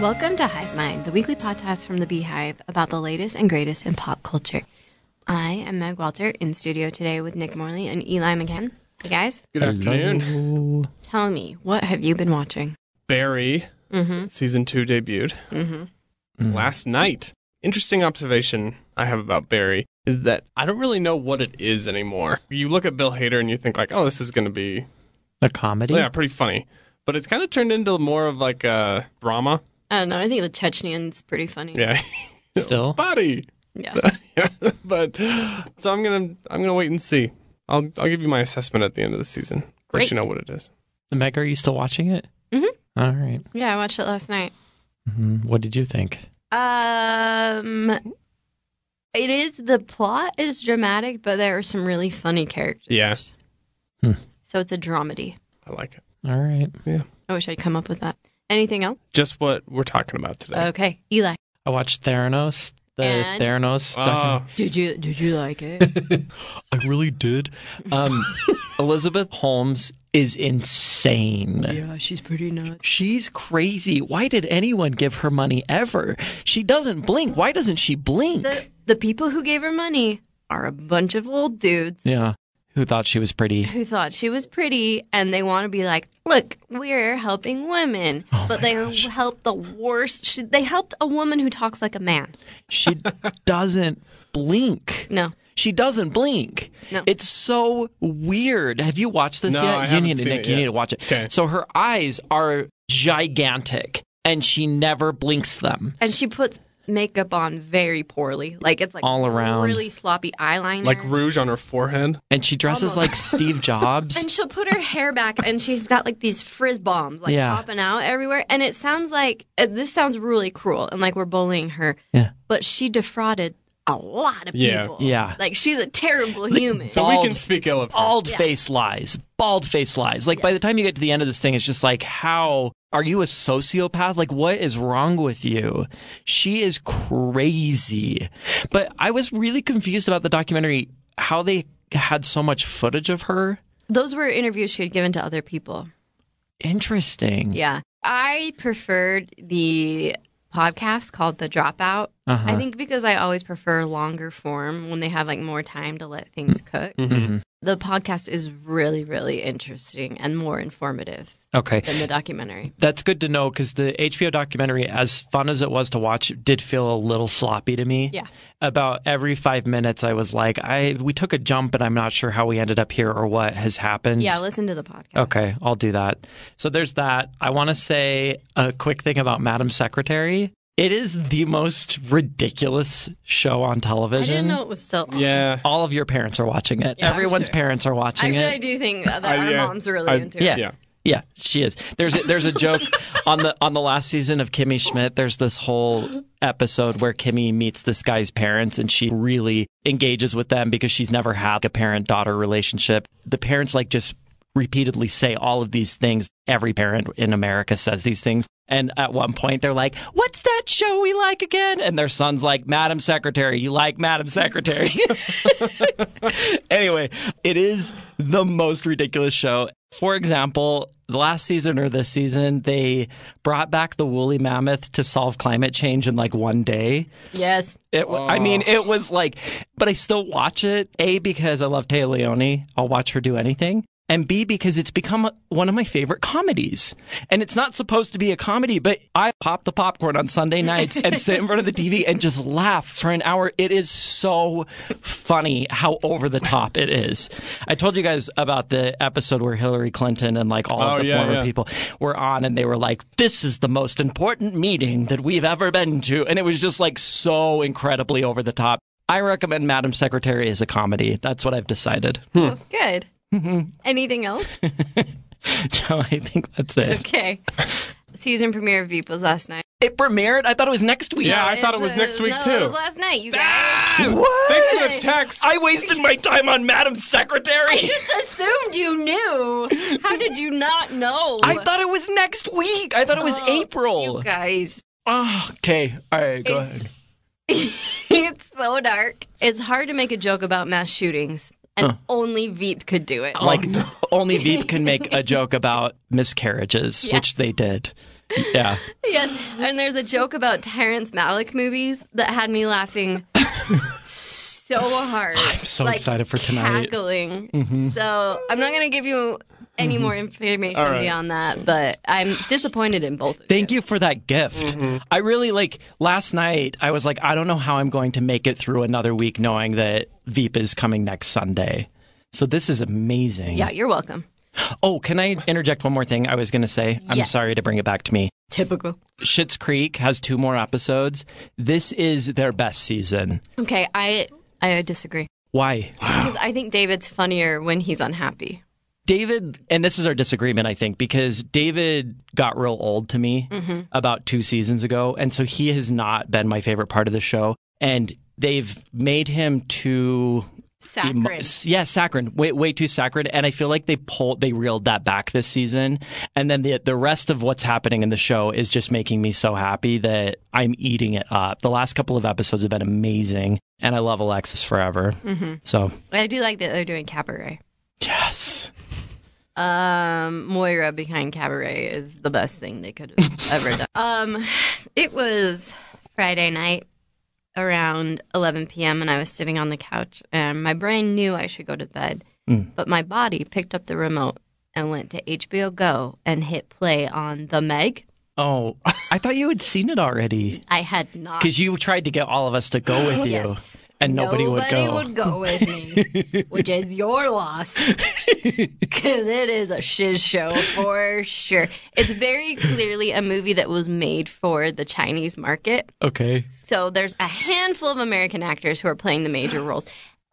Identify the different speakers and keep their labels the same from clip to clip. Speaker 1: Welcome to Hive Mind, the weekly podcast from the Beehive about the latest and greatest in pop culture. I am Meg Walter in studio today with Nick Morley and Eli McCann. Hey guys,
Speaker 2: Good afternoon.
Speaker 1: tell me, what have you been watching?
Speaker 2: Barry,
Speaker 1: Mm-hmm.
Speaker 2: season two debuted
Speaker 1: Mm-hmm.
Speaker 2: last night. Interesting observation I have about Barry is that I don't really know what it is anymore. You look at Bill Hader and you think like, oh, this is going to be
Speaker 3: A comedy?
Speaker 2: yeah, pretty funny. But it's kind of turned into more of like a drama.
Speaker 1: I don't know. I think the Chechnyan's pretty funny.
Speaker 2: Yeah.
Speaker 3: Still?
Speaker 2: Body.
Speaker 1: Yeah.
Speaker 2: Yeah. but so I'm going to I'm going to wait and see. I'll I'll give you my assessment at the end of the season. Let
Speaker 1: Great.
Speaker 2: you know what it is.
Speaker 3: Meg, are you still watching it?
Speaker 1: Mhm.
Speaker 3: All right.
Speaker 1: Yeah, I watched it last night.
Speaker 3: Mhm. What did you think?
Speaker 1: Um, it is the plot is dramatic, but there are some really funny characters.
Speaker 2: Yeah.
Speaker 3: Hmm.
Speaker 1: So it's a dramedy.
Speaker 2: I like it.
Speaker 3: All right.
Speaker 1: I wish I'd come up with that. Anything else?
Speaker 2: Just what we're talking about today.
Speaker 1: Okay, Eli.
Speaker 3: I watched Theranos. The
Speaker 1: And?
Speaker 3: Theranos.
Speaker 2: Ah,
Speaker 1: Did you did you like it?
Speaker 3: I really did. Um, Elizabeth Holmes is insane.
Speaker 1: yeah, she's pretty nuts.
Speaker 3: She's crazy. Why did anyone give her money ever? She doesn't blink. Why doesn't she blink?
Speaker 1: The the people who gave her money are a bunch of old dudes
Speaker 3: yeah. Who thought she was pretty?
Speaker 1: who thought she was pretty and they want to be like, look, we're helping women,
Speaker 3: Oh
Speaker 1: but they help the worst. She, they helped a woman who talks like a man.
Speaker 3: She doesn't blink.
Speaker 1: No.
Speaker 3: She doesn't blink.
Speaker 1: No.
Speaker 3: It's so weird. Have you watched this
Speaker 2: No,
Speaker 3: yet?
Speaker 2: I
Speaker 3: you
Speaker 2: haven't
Speaker 3: need to
Speaker 2: seen
Speaker 3: Nick,
Speaker 2: it
Speaker 3: you
Speaker 2: yet.
Speaker 3: need to watch it.
Speaker 2: 'Kay.
Speaker 3: So her eyes are gigantic and she never blinks them.
Speaker 1: And she puts makeup on very poorly. Like it's like
Speaker 3: All around.
Speaker 1: really sloppy eyeliner.
Speaker 2: like rouge on her forehead.
Speaker 3: And she dresses like Steve Jobs.
Speaker 1: and she'll put her hair back and she's got like these frizz bombs like
Speaker 3: Yeah.
Speaker 1: popping out everywhere and it sounds like uh, this sounds really cruel and like we're bullying her
Speaker 3: Yeah.
Speaker 1: but she defrauded a lot of
Speaker 2: Yeah.
Speaker 1: people
Speaker 3: Yeah.
Speaker 1: like she's a terrible human
Speaker 2: So we can
Speaker 3: Bald.
Speaker 2: speak ill of her.
Speaker 3: Bald face lies. Bald face lies. Like by the time you get to the end of this thing, it's just like, how are you a sociopath? Like, what is wrong with you? She is crazy. But I was really confused about the documentary, how they had so much footage of her.
Speaker 1: those were interviews she had given to other people
Speaker 3: Interesting.
Speaker 1: yeah i preferred the podcast called the dropout
Speaker 3: Uh-huh.
Speaker 1: i think because i always prefer longer form when they have like more time to let things
Speaker 3: Mm-hmm.
Speaker 1: cook the podcast is really really interesting and more informative
Speaker 3: Okay.
Speaker 1: than the documentary
Speaker 3: That's good to know because the HBO documentary, as fun as it was to watch, it did feel a little sloppy to me.
Speaker 1: Yeah.
Speaker 3: About every five minutes, I was like, "I we took a jump, and I'm not sure how we ended up here or what has happened."
Speaker 1: Yeah, listen to the podcast.
Speaker 3: Okay, I'll do that. So there's that. I want to say a quick thing about Madam Secretary. It is the most ridiculous show on
Speaker 1: I
Speaker 3: television.
Speaker 1: didn't know it was still. on.
Speaker 2: Yeah.
Speaker 3: All of your parents are watching it. Everyone's parents are watching
Speaker 1: Actually,
Speaker 3: it.
Speaker 1: I do think that
Speaker 2: I-
Speaker 1: our
Speaker 2: yeah,
Speaker 1: mom's really
Speaker 2: I-
Speaker 1: into
Speaker 3: Yeah.
Speaker 1: it.
Speaker 2: Yeah.
Speaker 3: Yeah, she is. There's a, there's a joke on the on the last season of Kimmy Schmidt. There's this whole episode where Kimmy meets this guy's parents, and she really engages with them because she's never had a parent daughter relationship. The parents like just repeatedly say all of these things. Every parent in America says these things. And at one point, they're like, "What's that show we like again?" And their son's like, "Madam Secretary, you like Madam Secretary." anyway, it is the most ridiculous show. For example, the last season or this season, they brought back the woolly mammoth to solve climate change in like one day.
Speaker 1: Yes.
Speaker 3: It, wa- I mean, it was
Speaker 2: Oh.
Speaker 3: like, but I still watch it. A because I love Taya Leone. I'll watch her do anything. And B because it's become one of my favorite comedies. And it's not supposed to be a comedy, but I pop the popcorn on Sunday nights and sit in front of the TV and just laugh for an hour. It is so funny how over the top it is. I told you guys about the episode where Hillary Clinton and like all
Speaker 2: Oh,
Speaker 3: of the
Speaker 2: yeah,
Speaker 3: former
Speaker 2: yeah.
Speaker 3: people people were on and they were like, this is the most important meeting that we've ever been to. And it was just like so incredibly over the top. I recommend Madam Secretary as a comedy. That's what I've decided.
Speaker 1: Oh, good. Anything else?
Speaker 3: so I think that's it.
Speaker 1: Okay. Season premiere of Veep was last night.
Speaker 3: It premiered. I thought it was next week.
Speaker 2: Yeah, I thought it was
Speaker 1: Uh,
Speaker 2: next week
Speaker 1: no,
Speaker 2: too.
Speaker 1: It was last night. You guys
Speaker 3: What?
Speaker 2: Thanks for the text.
Speaker 3: Ah! I wasted my time on Madam Secretary.
Speaker 1: assumed you knew. How did you not know?
Speaker 3: I thought it was next week. I thought it was April.
Speaker 1: Oh, you guys.
Speaker 3: Ah, okay. All right, go
Speaker 1: It's-
Speaker 3: ahead.
Speaker 1: it's so dark. It's hard to make a joke about mass shootings, and only Veep could do it.
Speaker 3: Like, only Veep can make a joke about miscarriages,
Speaker 1: Yes.
Speaker 3: which they did. Yeah.
Speaker 1: Yes. And there's a joke about Terrence Malick movies that had me laughing so hard. I'm
Speaker 3: so excited for tonight. Mm-hmm.
Speaker 1: Cackling. So I'm not going to give you any more information
Speaker 2: right.
Speaker 1: beyond that, but I'm disappointed in both. Of
Speaker 3: Thank you for that gift. I really like last night. I was like, I don't know how I'm going to make it through another week knowing that Veep is coming next Sunday. So this is amazing.
Speaker 1: Yeah, you're welcome.
Speaker 3: Oh, can I interject one more thing I was going to say? I'm
Speaker 1: Yes.
Speaker 3: sorry to bring it back to me.
Speaker 1: Typical.
Speaker 3: Schitt's Creek has two more episodes. This is their best season.
Speaker 1: Okay, I I disagree
Speaker 3: Why?
Speaker 1: because I think David's funnier when he's unhappy.
Speaker 3: David, and this is our disagreement, I think, because David got real old to me about two seasons ago. And so he has not been my favorite part of the show. And they've made him too.
Speaker 1: Saccharine.
Speaker 3: yeah, saccharine. Way, way too saccharine. And I feel like they pulled, they reeled that back this season. And then the the rest of what's happening in the show is just making me so happy that I'm eating it up. The last couple of episodes have been amazing, and I love Alexis forever. So
Speaker 1: I do like that they're doing cabaret.
Speaker 3: yes,
Speaker 1: Um, Moira behind Cabaret is the best thing they could have ever done. Um, it was Friday night around 11 p.m., and I was sitting on the couch, and my brain knew I should go to bed, but my body picked up the remote and went to HBO Go and hit play on The Meg.
Speaker 3: Oh, I thought you had seen it already
Speaker 1: I had not.
Speaker 3: because you tried to get all of us to go with you,
Speaker 1: Yes.
Speaker 3: and nobody, would go.
Speaker 1: with me, which is your loss. Because it is a shiz show for sure. It's very clearly a movie that was made for the Chinese market.
Speaker 3: Okay,
Speaker 1: So there's a handful of American actors who are playing the major roles.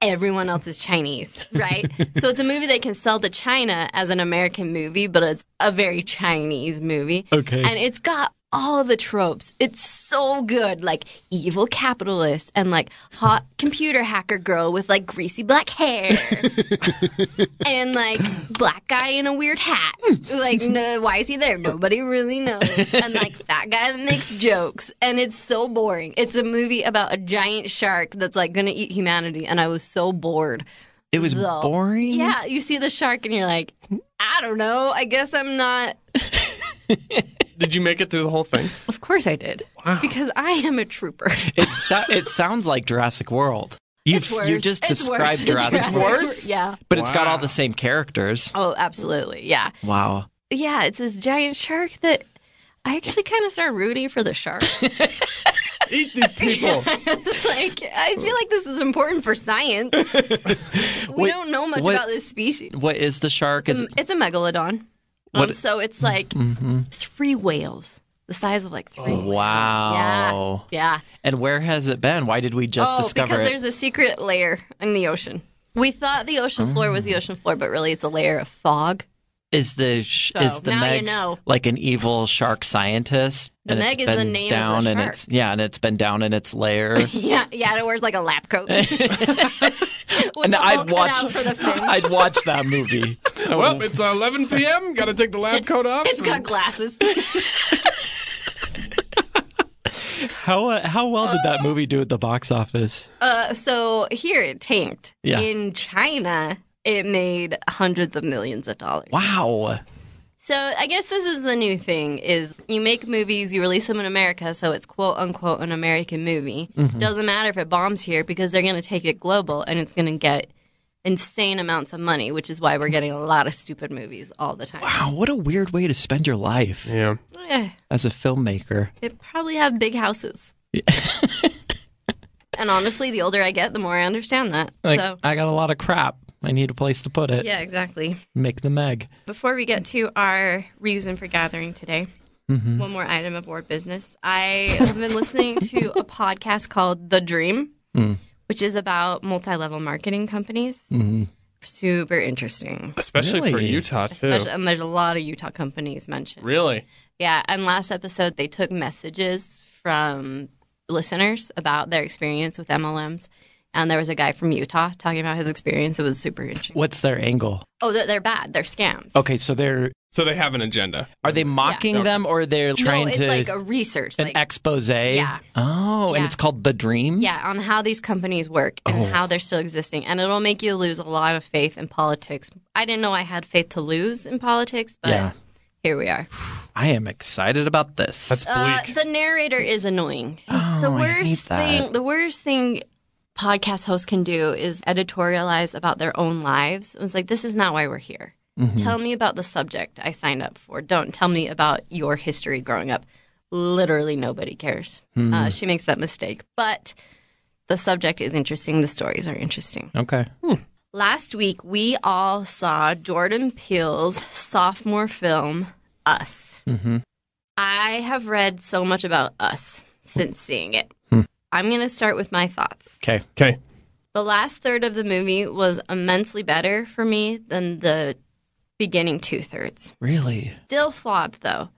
Speaker 1: Everyone else is Chinese, right? so it's a movie they can sell to China as an American movie, but it's a very Chinese movie.
Speaker 3: Okay.
Speaker 1: And it's got all the tropes. It's so good, like evil capitalist and like hot computer hacker girl with like greasy black hair and like black guy in a weird hat. Like, no, why is he there? Nobody really knows. And like fat guy that makes jokes. And it's so boring. It's a movie about a giant shark that's like gonna eat humanity. And I was so bored.
Speaker 3: it was
Speaker 1: Though-
Speaker 3: boring.
Speaker 1: Yeah, you see the shark and you're like, I don't know. I guess I'm not.
Speaker 2: Did you make it through the whole thing?
Speaker 1: Of course I did. Because I am a trooper.
Speaker 3: it so- it sounds like Jurassic World. You
Speaker 1: It's worse.
Speaker 3: you just
Speaker 1: It's
Speaker 3: described
Speaker 1: worse.
Speaker 3: Jurassic,
Speaker 1: It's
Speaker 3: World,
Speaker 2: Worse?
Speaker 1: Yeah.
Speaker 3: but it's got all
Speaker 2: Wow.
Speaker 3: the same characters.
Speaker 1: Oh, absolutely. Yeah.
Speaker 3: Wow.
Speaker 1: yeah, it's this giant shark that I actually kind of started rooting for the shark.
Speaker 2: Eat these people.
Speaker 1: it's like I feel like this is important for science. we
Speaker 3: Wait,
Speaker 1: don't know much
Speaker 3: what-
Speaker 1: about this species.
Speaker 3: What is the shark? Is it-
Speaker 1: It's a megalodon,
Speaker 3: What- Mm-hmm.
Speaker 1: um, so it's like three whales, the size of like three. whales.
Speaker 3: Oh, wow.
Speaker 1: Yeah, yeah.
Speaker 3: And where has it been? Why did we just
Speaker 1: oh,
Speaker 3: discover
Speaker 1: because
Speaker 3: it?
Speaker 1: there's a secret layer in the ocean. We thought the ocean floor was the
Speaker 3: Oh.
Speaker 1: ocean floor, but really it's a layer of fog.
Speaker 3: Is the sh-
Speaker 1: So,
Speaker 3: is the
Speaker 1: Oh, now you
Speaker 3: Meg
Speaker 1: know.
Speaker 3: like an evil shark scientist?
Speaker 1: The
Speaker 3: and it's
Speaker 1: Meg is the
Speaker 3: been
Speaker 1: name of the
Speaker 3: down in
Speaker 1: shark.
Speaker 3: its yeah, and it's been down in its lair.
Speaker 1: Yeah, yeah. It wears like a lap coat.
Speaker 3: and I'd watch
Speaker 1: for the fin.
Speaker 3: I'd watch that movie.
Speaker 2: well, it's uh, 11 p.m. Got to take the lab coat off.
Speaker 1: it's got glasses.
Speaker 3: how uh, how well did that movie do at the box office?
Speaker 1: Uh, so here it tanked.
Speaker 3: Yeah.
Speaker 1: In China, it made hundreds of millions of dollars.
Speaker 3: Wow.
Speaker 1: So I guess this is the new thing: is you make movies, you release them in America, so it's quote unquote an American movie.
Speaker 3: Mm-hmm.
Speaker 1: Doesn't matter if it bombs here because they're going to take it global and it's going to get insane amounts of money, which is why we're getting a lot of stupid movies all the time.
Speaker 3: Wow, what a weird way to spend your life
Speaker 2: yeah.
Speaker 1: Eh,
Speaker 3: as a filmmaker.
Speaker 1: They probably have big houses. and honestly, the older I get, the more I understand that.
Speaker 3: Like
Speaker 1: so
Speaker 3: I got a lot of crap. I need a place to put it.
Speaker 1: yeah, exactly.
Speaker 3: Make the Meg.
Speaker 1: Before we get to our reason for gathering today,
Speaker 3: Mm-hmm.
Speaker 1: one more item of board business. I have been listening to a podcast called The Dream,
Speaker 3: Mm.
Speaker 1: which is about multi level marketing companies.
Speaker 3: Mm-hmm.
Speaker 1: Super interesting.
Speaker 2: Especially for
Speaker 3: Really?
Speaker 2: Utah, too.
Speaker 1: Especially, and there's a lot of Utah companies mentioned.
Speaker 2: Really?
Speaker 1: Yeah, and last episode they took messages from listeners about their experience with MLMs. And there was a guy from Utah talking about his experience. It was super interesting.
Speaker 3: What's their angle?
Speaker 1: Oh, they're, they're bad. They're scams.
Speaker 3: Okay, so they're
Speaker 2: So they have an agenda.
Speaker 3: are they mocking
Speaker 2: Okay.
Speaker 3: them or they're trying
Speaker 1: no, it's
Speaker 3: to
Speaker 1: like a research.
Speaker 3: an
Speaker 1: like,
Speaker 3: expose.
Speaker 1: Yeah.
Speaker 3: Oh, and
Speaker 1: Yeah.
Speaker 3: it's called The Dream?
Speaker 1: Yeah, on how these companies work and how they're still existing. And it'll make you lose a lot of faith in politics. I didn't know I had faith to lose in politics, but
Speaker 3: Yeah.
Speaker 1: here we are.
Speaker 3: I am excited about this.
Speaker 2: That's bleak.
Speaker 1: Uh, the narrator is annoying.
Speaker 3: Oh,
Speaker 1: the
Speaker 3: I
Speaker 1: worst
Speaker 3: hate that.
Speaker 1: thing the worst thing podcast hosts can do is editorialize about their own lives. It was like this is not why we're here.
Speaker 3: Mm-hmm.
Speaker 1: Tell me about the subject I signed up for. Don't tell me about your history growing up. Literally nobody cares.
Speaker 3: Hmm.
Speaker 1: Uh, she makes that mistake, but the subject is interesting. The stories are interesting.
Speaker 3: okay.
Speaker 1: Last week we all saw Jordan Peele's sophomore film Us.
Speaker 3: hmm
Speaker 1: I have read so much about us since seeing it.
Speaker 3: Hmm.
Speaker 1: I'm going to start with my thoughts.
Speaker 3: Okay.
Speaker 2: Okay.
Speaker 1: The last third of the movie was immensely better for me than the beginning two thirds.
Speaker 3: Really?
Speaker 1: Still flawed, though.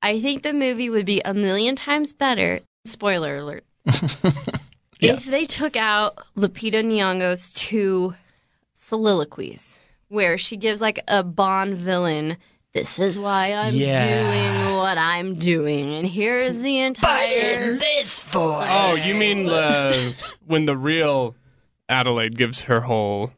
Speaker 1: I think the movie would be a million times better. Spoiler alert. If they took out Lupita Nyong'o's two soliloquies, where she gives like a Bond villain, "This is why I'm
Speaker 3: Yeah.
Speaker 1: doing what I'm doing, and here is the entire."
Speaker 3: This for
Speaker 2: Oh, you mean the when the real Adelaide gives her whole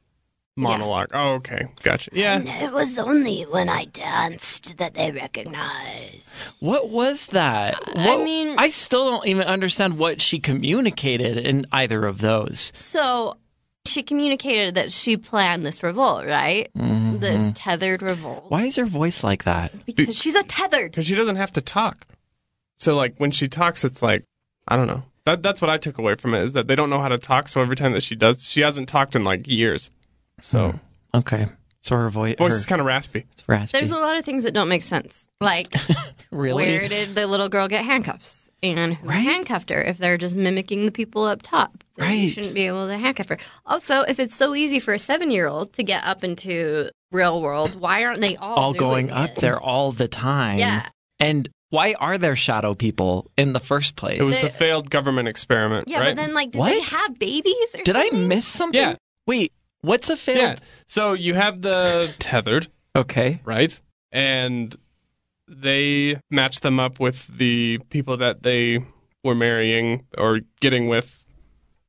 Speaker 2: monologue? Oh, okay, gotcha. Yeah,
Speaker 1: It was only when I danced that they recognized.
Speaker 3: What was that?
Speaker 1: I
Speaker 3: What-
Speaker 1: mean-
Speaker 3: I still don't even understand what she communicated in either of those.
Speaker 1: So she communicated that she planned this revolt, right? This tethered revolt.
Speaker 3: Why is her voice like that?
Speaker 1: Because she's a tethered.
Speaker 2: because she doesn't have to talk. So like when she talks, it's like I don't know. That that's what I took away from it is that they don't know how to talk. So every time that she does, she hasn't talked in like years. So
Speaker 3: Okay. So her voice,
Speaker 2: voice
Speaker 3: her,
Speaker 2: is kind of raspy.
Speaker 3: it's raspy.
Speaker 1: There's a lot of things that don't make sense. Like,
Speaker 3: really?
Speaker 1: where did the little girl get handcuffs? And who
Speaker 3: Right.
Speaker 1: handcuffed her if they're just mimicking the people up top? Then You
Speaker 3: Right.
Speaker 1: shouldn't be able to handcuff her. Also, if it's so easy for a seven year old to get up into real world, why aren't they all,
Speaker 3: All
Speaker 1: doing
Speaker 3: going up
Speaker 1: it?
Speaker 3: there all the time.
Speaker 1: Yeah.
Speaker 3: And why are there shadow people in the first place?
Speaker 2: It was
Speaker 1: They-
Speaker 2: a failed government experiment,
Speaker 1: Yeah, but
Speaker 2: right?
Speaker 1: then, like, did
Speaker 3: What?
Speaker 1: they have babies or
Speaker 3: Did I
Speaker 1: something?
Speaker 3: miss something?
Speaker 2: Yeah.
Speaker 3: Wait, what's a failed?
Speaker 2: yeah. So you have the tethered,
Speaker 3: Okay.
Speaker 2: right? And they match them up with the people that they were marrying or getting with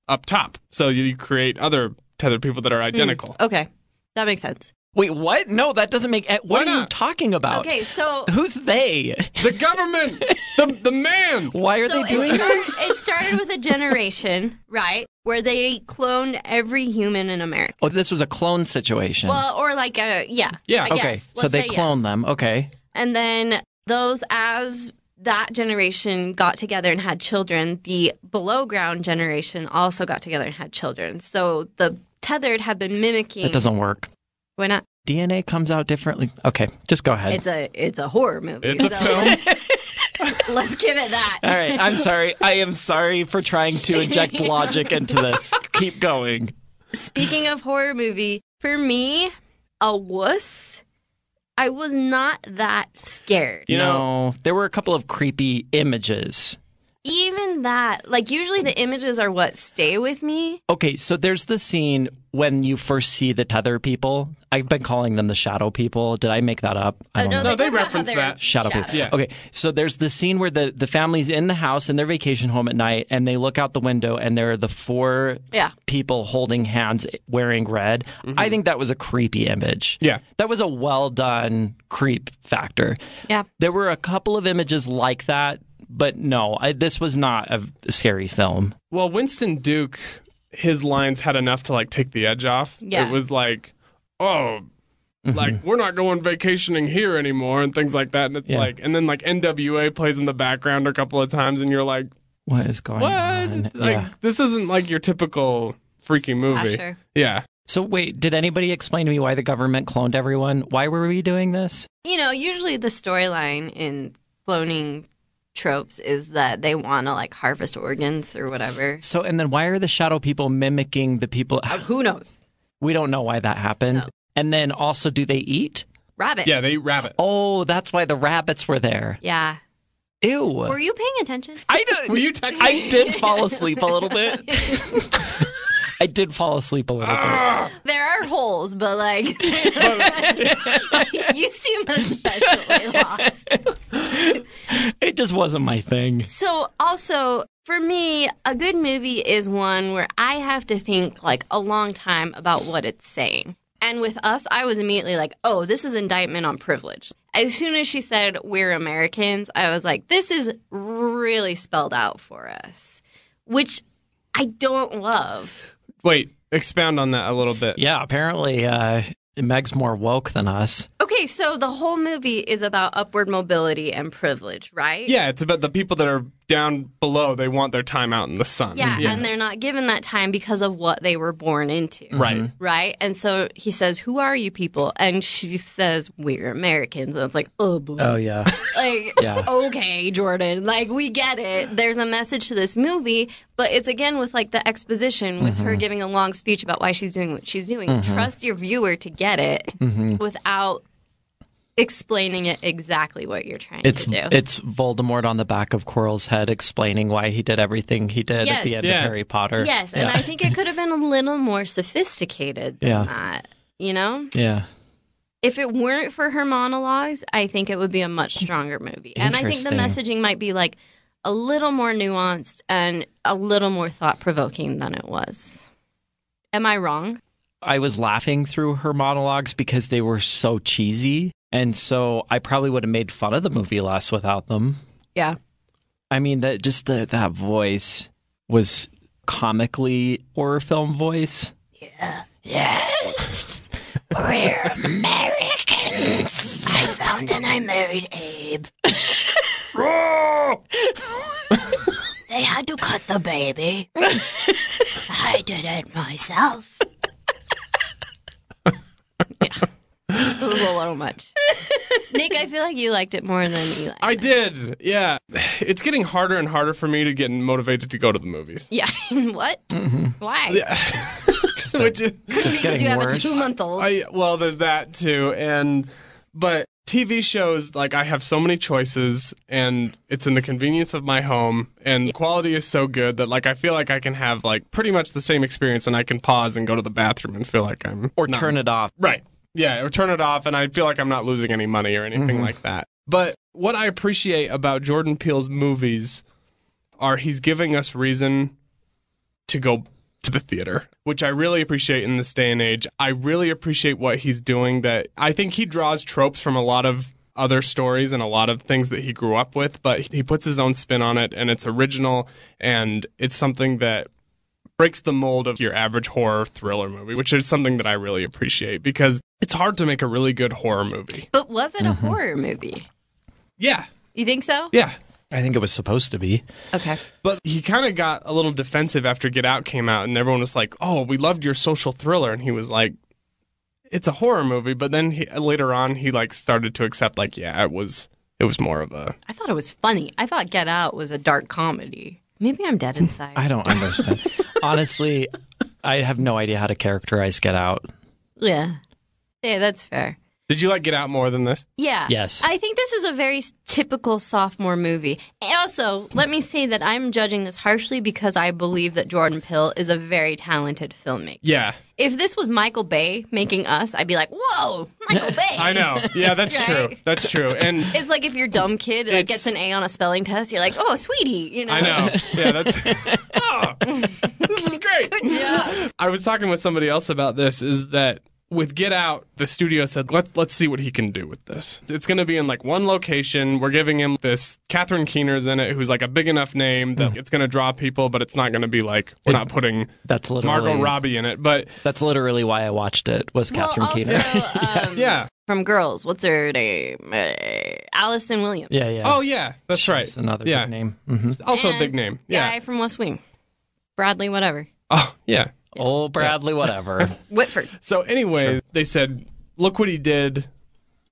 Speaker 2: up top. So you create other tethered people that are identical.
Speaker 1: Okay, that makes sense.
Speaker 3: Wait, what? No, that doesn't make. eh, What
Speaker 2: Why
Speaker 3: are you
Speaker 2: not?
Speaker 3: talking about?
Speaker 1: Okay, so
Speaker 3: Who's they?
Speaker 2: The government, the the man.
Speaker 3: Why are
Speaker 1: so
Speaker 3: they doing
Speaker 1: it, started,
Speaker 3: this?
Speaker 1: it started with a generation, right, where they cloned every human in America.
Speaker 3: Oh, this was a clone situation.
Speaker 1: Well, or like a yeah,
Speaker 2: Yeah.
Speaker 1: I
Speaker 2: Okay,
Speaker 3: okay,
Speaker 1: guess.
Speaker 3: so
Speaker 1: Let's
Speaker 3: they
Speaker 1: say
Speaker 3: clone
Speaker 1: yes.
Speaker 3: them. Okay.
Speaker 1: and then those as that generation got together and had children. The below ground generation also got together and had children. So the tethered have been mimicking.
Speaker 3: That doesn't work.
Speaker 1: Why not?
Speaker 3: DNA comes out differently. Okay, just go ahead.
Speaker 1: It's a it's a horror movie.
Speaker 2: It's a
Speaker 1: so
Speaker 2: film.
Speaker 1: Let's, let's give it that.
Speaker 3: All right, I'm sorry. I am sorry for trying to inject logic into this. Keep going.
Speaker 1: Speaking of horror movie, for me, a wuss, I was not that scared.
Speaker 2: You know,
Speaker 3: no, there were a couple of creepy images.
Speaker 1: Even that, like usually the images are what stay with me.
Speaker 3: Okay, so there's the scene when you first see the tether people. I've been calling them the shadow people. Did I make that up?
Speaker 1: Uh,
Speaker 3: I don't know.
Speaker 2: No, they
Speaker 1: talk about how
Speaker 2: reference
Speaker 1: they're
Speaker 2: that.
Speaker 3: Shadow people.
Speaker 1: shadows.
Speaker 2: Yeah.
Speaker 3: Okay. So there's the scene where the, the family's in the house in their vacation home at night and they look out the window and there are the four
Speaker 1: Yeah.
Speaker 3: people holding hands wearing red. I think that was a creepy image.
Speaker 2: Mm-hmm. Yeah.
Speaker 3: That was a well done creep factor.
Speaker 1: Yeah.
Speaker 3: There were a couple of images like that, but no, I, this was not a scary film.
Speaker 2: Well, Winston Duke, his lines had enough to like take the edge off.
Speaker 1: Yeah.
Speaker 2: It was like, oh, like we're not going vacationing here anymore and things like that. And it's
Speaker 3: Yeah.
Speaker 2: like, and then like NWA plays in the background a couple of times, and you're like,
Speaker 3: What is going
Speaker 2: what?
Speaker 3: on?
Speaker 2: Like
Speaker 3: yeah.
Speaker 2: this isn't like your typical freaky movie.
Speaker 1: Slasher.
Speaker 2: Yeah.
Speaker 3: So wait, did anybody explain to me why the government cloned everyone? Why were we doing this?
Speaker 1: You know, usually the storyline in cloning tropes is that they want to like harvest organs or whatever. Uh,
Speaker 3: So and then why are the shadow people mimicking the people
Speaker 1: Who knows?
Speaker 3: We don't know why that happened.
Speaker 1: No.
Speaker 3: And then also, do they eat?
Speaker 1: Rabbit.
Speaker 2: Yeah. They eat rabbit.
Speaker 3: Oh, that's why the rabbits were there.
Speaker 1: Yeah.
Speaker 3: Ew.
Speaker 1: Were you paying attention?
Speaker 3: I don't.
Speaker 2: Were you texting?
Speaker 3: I did fall asleep a little bit. I did fall asleep a little bit.
Speaker 1: There are holes, but like you seem especially lost.
Speaker 3: It just wasn't my thing.
Speaker 1: So also for me, a good movie is one where I have to think like a long time about what it's saying. And with us, I was immediately like, oh, this is indictment on privilege. As soon as she said, we're Americans, I was like, this is really spelled out for us, which I don't love.
Speaker 2: Wait, expound on that a little bit.
Speaker 3: Yeah, apparently uh, Meg's more woke than us.
Speaker 1: Okay, so the whole movie is about upward mobility and privilege, right?
Speaker 2: Yeah, it's about the people that are down below. They want their time out in the sun.
Speaker 1: Yeah, and they're not given that time because of what they were born into.
Speaker 2: Right.
Speaker 1: Right? And so he says, Who are you people? And she says, We're Americans. And it's like, Oh, boy.
Speaker 3: Oh yeah,
Speaker 1: like,
Speaker 3: Yeah.
Speaker 1: okay, Jordan. Like, we get it. There's a message to this movie, but it's again with like the exposition, with
Speaker 3: Mm-hmm.
Speaker 1: her giving a long speech about why she's doing what she's doing. Trust your viewer to get it
Speaker 3: Mm-hmm.
Speaker 1: without explaining it exactly what you're trying
Speaker 3: it's
Speaker 1: to do.
Speaker 3: it's Voldemort on the back of Quirrell's head explaining why he did everything he did at
Speaker 1: Yes.
Speaker 3: the end
Speaker 2: Yeah.
Speaker 3: of Harry Potter.
Speaker 1: Yes, and I think it could have been a little more sophisticated than
Speaker 3: Yeah.
Speaker 1: that. You know,
Speaker 3: yeah,
Speaker 1: if it weren't for her monologues, I think it would be a much stronger movie. And I think the
Speaker 3: Interesting.
Speaker 1: messaging might be like a little more nuanced and a little more thought provoking than it was. Am I wrong?
Speaker 3: I was laughing through her monologues because they were so cheesy, and so I probably would have made fun of the movie less without them.
Speaker 1: Yeah.
Speaker 3: I mean that just the, that voice was comically horror film voice.
Speaker 4: Yes. We're Americans. I found and I married Abe. they had to cut the baby. I did it myself.
Speaker 1: It was a little much. Nick, I feel like you liked it more than Eli.
Speaker 2: I did. Yeah. It's getting harder and harder for me to get motivated to go to the movies.
Speaker 1: Yeah. what? Why?
Speaker 2: Which is-
Speaker 1: Because
Speaker 3: Mm-hmm. getting
Speaker 1: you have
Speaker 3: worse.
Speaker 1: a two month old.
Speaker 2: I well, there's that too, and but TV shows like I have so many choices, and it's in the convenience of my home, and quality is so good that like I feel like I can have like pretty much the same experience, and I can pause and go to the bathroom and feel like I'm
Speaker 3: Or turn it off.
Speaker 2: Right. Yeah, or turn it off, and I feel like I'm not losing any money or anything like that. But what I appreciate about Jordan Peele's movies are he's giving us reason to go to the theater, which I really appreciate in this day and age. I really appreciate what he's doing that I think he draws tropes from a lot of other stories and a lot of things that he grew up with, but he puts his own spin on it and it's original and it's something that breaks the mold of your average horror thriller movie, which is something that I really appreciate because it's hard to make a really good horror movie.
Speaker 1: But was it a
Speaker 3: Mm-hmm.
Speaker 1: horror movie?
Speaker 2: Yeah.
Speaker 1: You think so?
Speaker 2: Yeah.
Speaker 3: I think it was supposed to be.
Speaker 1: Okay.
Speaker 2: But he kind of got a little defensive after Get Out came out, and everyone was like, "Oh, we loved your social thriller," and he was like, "It's a horror movie." But then he, later on, he like started to accept, like, "Yeah, it was, it was more of a."
Speaker 1: I thought it was funny. I thought Get Out was a dark comedy. Maybe I'm dead inside.
Speaker 3: I don't understand. Honestly, I have no idea how to characterize Get Out.
Speaker 1: yeah. Yeah, that's fair.
Speaker 2: Did you like Get Out more than this?
Speaker 1: Yeah.
Speaker 3: Yes.
Speaker 1: I think this is a very s- typical sophomore movie. And also, let me say that I'm judging this harshly because I believe that Jordan Peele is a very talented filmmaker.
Speaker 2: Yeah,
Speaker 1: If this was Michael Bay making us, I'd be like, whoa, Michael Bay.
Speaker 2: I know. Yeah, that's
Speaker 1: Right?
Speaker 2: true. That's true. And
Speaker 1: It's like if your dumb kid like,
Speaker 2: It's-
Speaker 1: gets an A on a spelling test, you're like, oh, sweetie, you know.
Speaker 2: I know. Yeah, that's. Oh, this is great.
Speaker 1: Good job.
Speaker 2: I was talking with somebody else about this is that with Get Out, the studio said, let's let's see what he can do with this. It's gonna be in like one location. We're giving him this Catherine Keener's in it, who's like a big enough name
Speaker 3: Hmm.
Speaker 2: that it's gonna draw people, but it's not gonna be like we're not putting
Speaker 3: That's literally
Speaker 2: Margot Robbie in it. But
Speaker 3: That's literally why I watched it. Was Catherine
Speaker 1: well, also,
Speaker 3: Keener?
Speaker 1: um,
Speaker 2: yeah.
Speaker 1: from Girls. What's her name? Uh, Allison Williams.
Speaker 3: yeah, yeah.
Speaker 2: Oh yeah, that's
Speaker 3: She's
Speaker 2: right.
Speaker 3: Another
Speaker 2: yeah.
Speaker 3: big name. hmm
Speaker 2: Also a
Speaker 1: And
Speaker 2: big name. Yeah.
Speaker 1: Guy from West Wing. Bradley, whatever.
Speaker 2: Oh yeah.
Speaker 3: Oh, Bradley, whatever.
Speaker 1: Whitford.
Speaker 2: So, anyway, they said, look what he did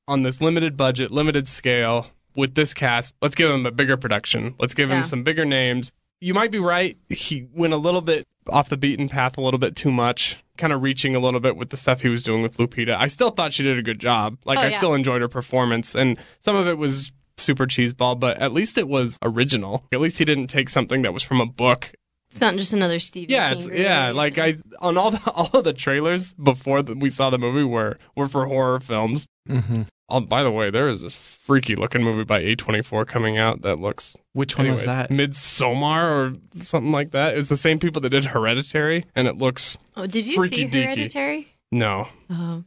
Speaker 2: on this limited budget, limited scale with this cast. Let's give him a bigger production. Let's give
Speaker 1: Yeah.
Speaker 2: him some bigger names. You might be right. He went a little bit off the beaten path, a little bit too much, kind of reaching a little bit with the stuff he was doing with Lupita. I still thought she did a good job. Like,
Speaker 1: Oh,
Speaker 2: I
Speaker 1: yeah.
Speaker 2: still enjoyed her performance, and some of it was super cheeseball, but at least it was original. At least he didn't take something that was from a book
Speaker 1: It's not just another Stephen
Speaker 2: yeah,
Speaker 1: King
Speaker 2: it's,
Speaker 1: movie.
Speaker 2: yeah. Like I on all the all of the trailers before the, we saw the movie were were for horror films.
Speaker 3: Mhm.
Speaker 2: Oh, by the way, there is this freaky looking movie by A24 coming out that looks.
Speaker 3: Which one
Speaker 2: Anyways,
Speaker 3: was that?
Speaker 2: Midsommar or something like that. It's the same people that did Hereditary, and it looks
Speaker 1: Oh, did you
Speaker 2: freaky
Speaker 1: see
Speaker 2: deaky.
Speaker 1: Hereditary?
Speaker 2: No.
Speaker 1: Oh.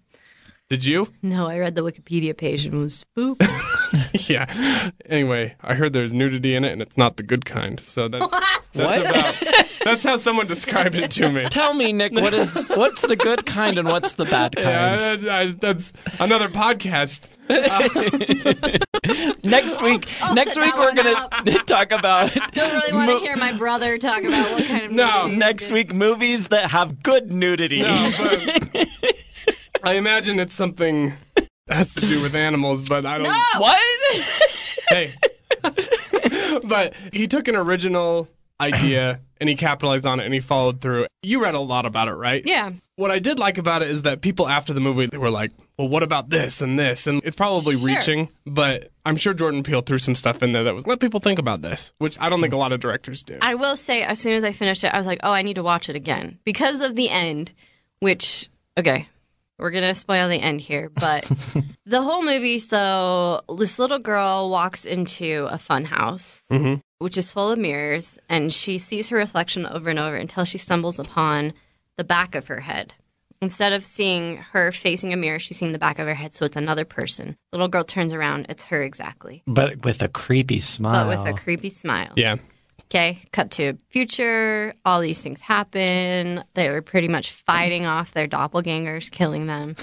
Speaker 2: Did you?
Speaker 1: No, I read the Wikipedia page and was spooked.
Speaker 2: yeah. Anyway, I heard there's nudity in it, and it's not the good kind. So that's that's
Speaker 3: What?
Speaker 2: about. That's how someone described it to me.
Speaker 3: Tell me, Nick, what is what's the good kind and what's the bad kind?
Speaker 2: Yeah, I- I- that's another podcast.
Speaker 3: Next week,
Speaker 1: I'll
Speaker 3: next
Speaker 1: sit
Speaker 3: week
Speaker 1: that
Speaker 3: we're
Speaker 1: one
Speaker 3: gonna talk about
Speaker 1: Don't really want to hear my brother talk about what kind of
Speaker 2: No.
Speaker 1: movie it
Speaker 3: next
Speaker 1: is.
Speaker 3: week movies that have good nudity.
Speaker 2: No, but I imagine it's something that has to do with animals, but I don't.
Speaker 3: What?
Speaker 2: Hey. but he took an original idea and he capitalized on it and he followed through. You read a lot about it, right?
Speaker 1: Yeah.
Speaker 2: What I did like about it is that people after the movie they were like, "Well, what about this and this?" And it's probably reaching, but I'm sure Jordan Peele threw some stuff in there that was let people think about this, which I don't think a lot of directors do.
Speaker 1: I will say, as soon as I finished it, I was like, oh, I need to watch it again because of the end, which, okay, we're going to spoil the end here, but the whole movie. So this little girl walks into a fun house, which is full of mirrors, and she sees her reflection over and over until she stumbles upon the back of her head. Instead of seeing her facing a mirror, she's seeing the back of her head, so it's another person. Little girl turns around, it's her exactly,
Speaker 3: But with a creepy smile.
Speaker 1: but with a creepy smile.
Speaker 2: yeah.
Speaker 1: Okay, cut to future. All these things happen. They were pretty much fighting off their doppelgangers, killing them.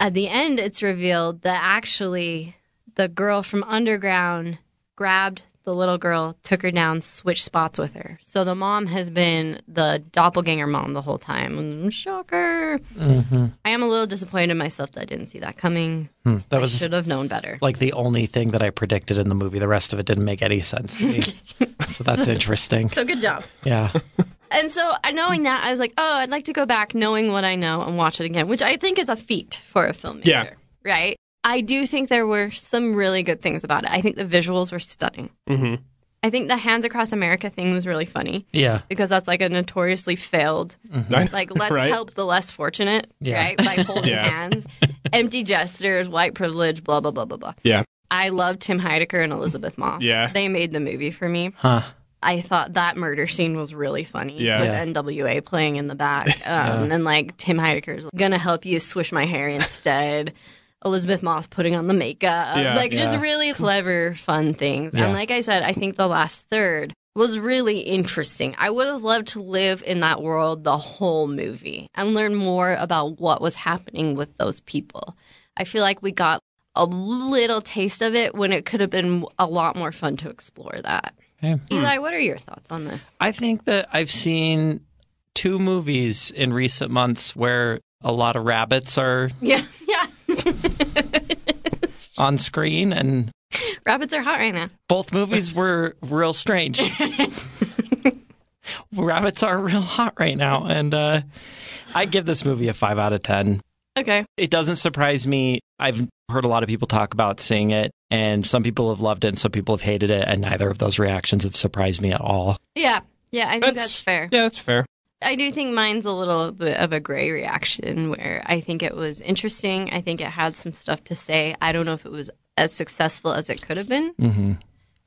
Speaker 1: At the end, it's revealed that actually the girl from underground grabbed the little girl, took her down, switched spots with her. So the mom has been the doppelganger mom the whole time. Mm, Shocker. I am a little disappointed in myself that I didn't see that coming.
Speaker 3: that
Speaker 1: I
Speaker 3: was
Speaker 1: should have known better.
Speaker 3: like the only thing that I predicted in the movie. The rest of it didn't make any sense to me. so that's interesting.
Speaker 1: So good job.
Speaker 3: Yeah.
Speaker 1: And so, uh, knowing that, I was like, oh, I'd like to go back knowing what I know and watch it again, which I think is a feat for a filmmaker.
Speaker 2: Yeah.
Speaker 1: Right? I do think there were some really good things about it. I think the visuals were stunning. Mm-hmm. I think the Hands Across America thing was really funny
Speaker 3: Yeah.
Speaker 1: because that's like a notoriously failed, like, let's
Speaker 2: Right.
Speaker 1: help the less fortunate,
Speaker 3: Yeah.
Speaker 1: right? By holding
Speaker 2: Yeah.
Speaker 1: hands, empty gestures, white privilege, blah, blah, blah, blah, blah.
Speaker 2: Yeah.
Speaker 1: I love Tim Heidecker and Elizabeth Moss.
Speaker 2: Yeah.
Speaker 1: They made the movie for me.
Speaker 3: Huh.
Speaker 1: I thought that murder scene was really funny
Speaker 2: Yeah.
Speaker 1: with
Speaker 3: Yeah.
Speaker 1: NWA playing in the back. Um, And like Tim Heidecker's gonna help you swish my hair instead. Elizabeth Moss putting on the makeup.
Speaker 2: Yeah.
Speaker 1: Like just
Speaker 3: Yeah.
Speaker 1: really clever, fun things.
Speaker 3: Yeah.
Speaker 1: And like I said, I think the last third was really interesting. I would have loved to live in that world the whole movie and learn more about what was happening with those people. I feel like we got a little taste of it when it could have been a lot more fun to explore that.
Speaker 3: Yeah.
Speaker 1: Eli, what are your thoughts on this?
Speaker 3: I think that I've seen two movies in recent months where a lot of rabbits are
Speaker 1: Yeah, yeah.
Speaker 3: on screen and
Speaker 1: Rabbits are hot right now.
Speaker 3: both movies were real strange. rabbits are real hot right now and uh I give this movie a 5 out of 10.
Speaker 1: Okay.
Speaker 3: It doesn't surprise me. I've heard a lot of people talk about seeing it and some people have loved it and some people have hated it and neither of those reactions have surprised me at all.
Speaker 1: Yeah, yeah. I think that's, fair.
Speaker 2: Yeah, that's fair.
Speaker 1: I do think mine's a little bit of a gray reaction where I think it was interesting. I think it had some stuff to say. I don't know if it was as successful as it could have been,
Speaker 2: Mm-hmm.
Speaker 3: Mhm.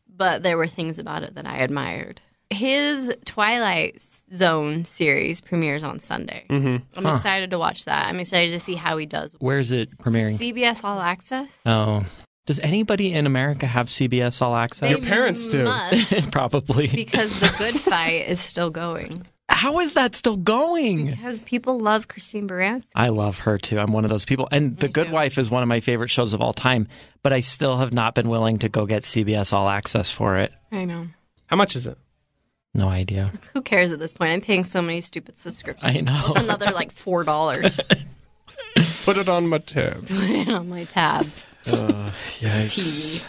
Speaker 1: but there were things about it that I admired. His Twilight Zone series premieres on Sunday. Mm-hmm. I'm excited to watch that. I'm excited to see how he does.
Speaker 3: Where's it premiering?
Speaker 1: CBS All Access.
Speaker 3: Oh. Does anybody in America have CBS All Access?
Speaker 2: Your parents do.
Speaker 1: must,
Speaker 3: Probably.
Speaker 1: because the good fight is still going.
Speaker 3: How is that still going?
Speaker 1: Because people love Christine Baranski.
Speaker 3: I love her too. I'm one of those people. And The Good Wife is one of my favorite shows of all time, but I still have not been willing to go get CBS All Access for it.
Speaker 1: I know.
Speaker 2: How much is it?
Speaker 3: No idea.
Speaker 1: Who cares at this point? I'm paying so many stupid subscriptions.
Speaker 3: I know.
Speaker 1: It's another like four dollars
Speaker 2: Put it on my tab.
Speaker 1: on my tab.
Speaker 3: Yikes.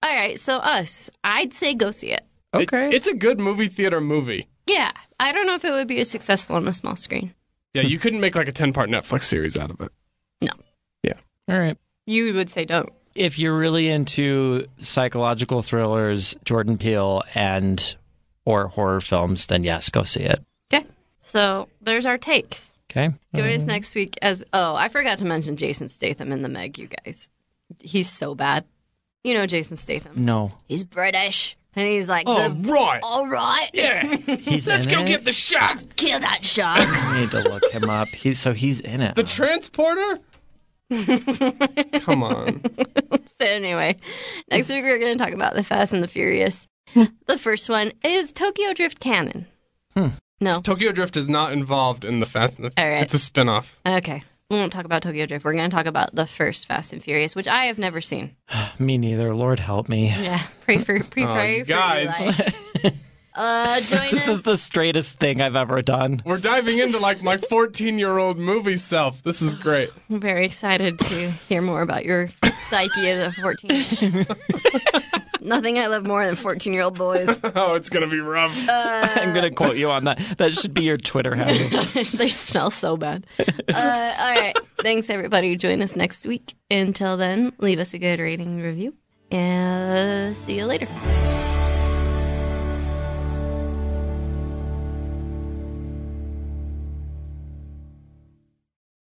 Speaker 1: All right, so us, I'd say go see it.
Speaker 3: Okay.
Speaker 2: It- it's a good movie theater movie.
Speaker 1: Yeah, I don't know if it would be as successful on a small screen.
Speaker 2: Yeah, you couldn't make like a 10 part Netflix series out of it.
Speaker 3: all right.
Speaker 1: You would say don't.
Speaker 3: If you're really into psychological thrillers, Jordan Peele and or horror films, then yes, go see it.
Speaker 1: Okay, so there's our takes.
Speaker 3: Okay.
Speaker 1: Join
Speaker 3: Mm-hmm.
Speaker 1: us next week as oh, I forgot to mention Jason Statham in the Meg. You guys, he's so bad. You know Jason Statham.
Speaker 3: No.
Speaker 4: He's British.
Speaker 1: And he's like,
Speaker 2: All
Speaker 3: Oh.
Speaker 1: the-
Speaker 2: Oh, right.
Speaker 1: all right.
Speaker 2: Yeah.
Speaker 3: He's
Speaker 2: Let's
Speaker 3: in
Speaker 2: go
Speaker 3: it.
Speaker 2: get the shark.
Speaker 1: Kill that shark.
Speaker 3: I need to look him up. He's so he's in it.
Speaker 2: The transporter? Come on.
Speaker 1: So anyway, next week we're going to talk about the Fast and the Furious. the first one is Tokyo Drift canon.
Speaker 2: Hmm.
Speaker 1: No.
Speaker 2: Tokyo Drift is not involved in the Fast and the
Speaker 1: All right.
Speaker 2: It's a spinoff.
Speaker 1: Okay. We won't talk about Tokyo Drift. We're going to talk about the first Fast and Furious, which I have never seen.
Speaker 3: Me neither. Lord help me.
Speaker 1: Yeah. Pray for pray
Speaker 2: Oh,
Speaker 1: for
Speaker 2: you
Speaker 1: your
Speaker 2: guys.
Speaker 1: life. Uh, join
Speaker 3: This
Speaker 1: us.
Speaker 3: is the straightest thing I've ever done.
Speaker 2: We're diving into like my 14 year old movie self. This is great.
Speaker 1: I'm very excited to hear more about your psyche as a 14. Nothing I love more than 14 year old boys.
Speaker 2: Oh, it's going to be rough.
Speaker 3: I'm gonna quote you on that. That should be your Twitter handle.
Speaker 1: they smell so bad. Uh, all right. Thanks, everybody. Join us next week. Until then, leave us a good rating and review. And see you later.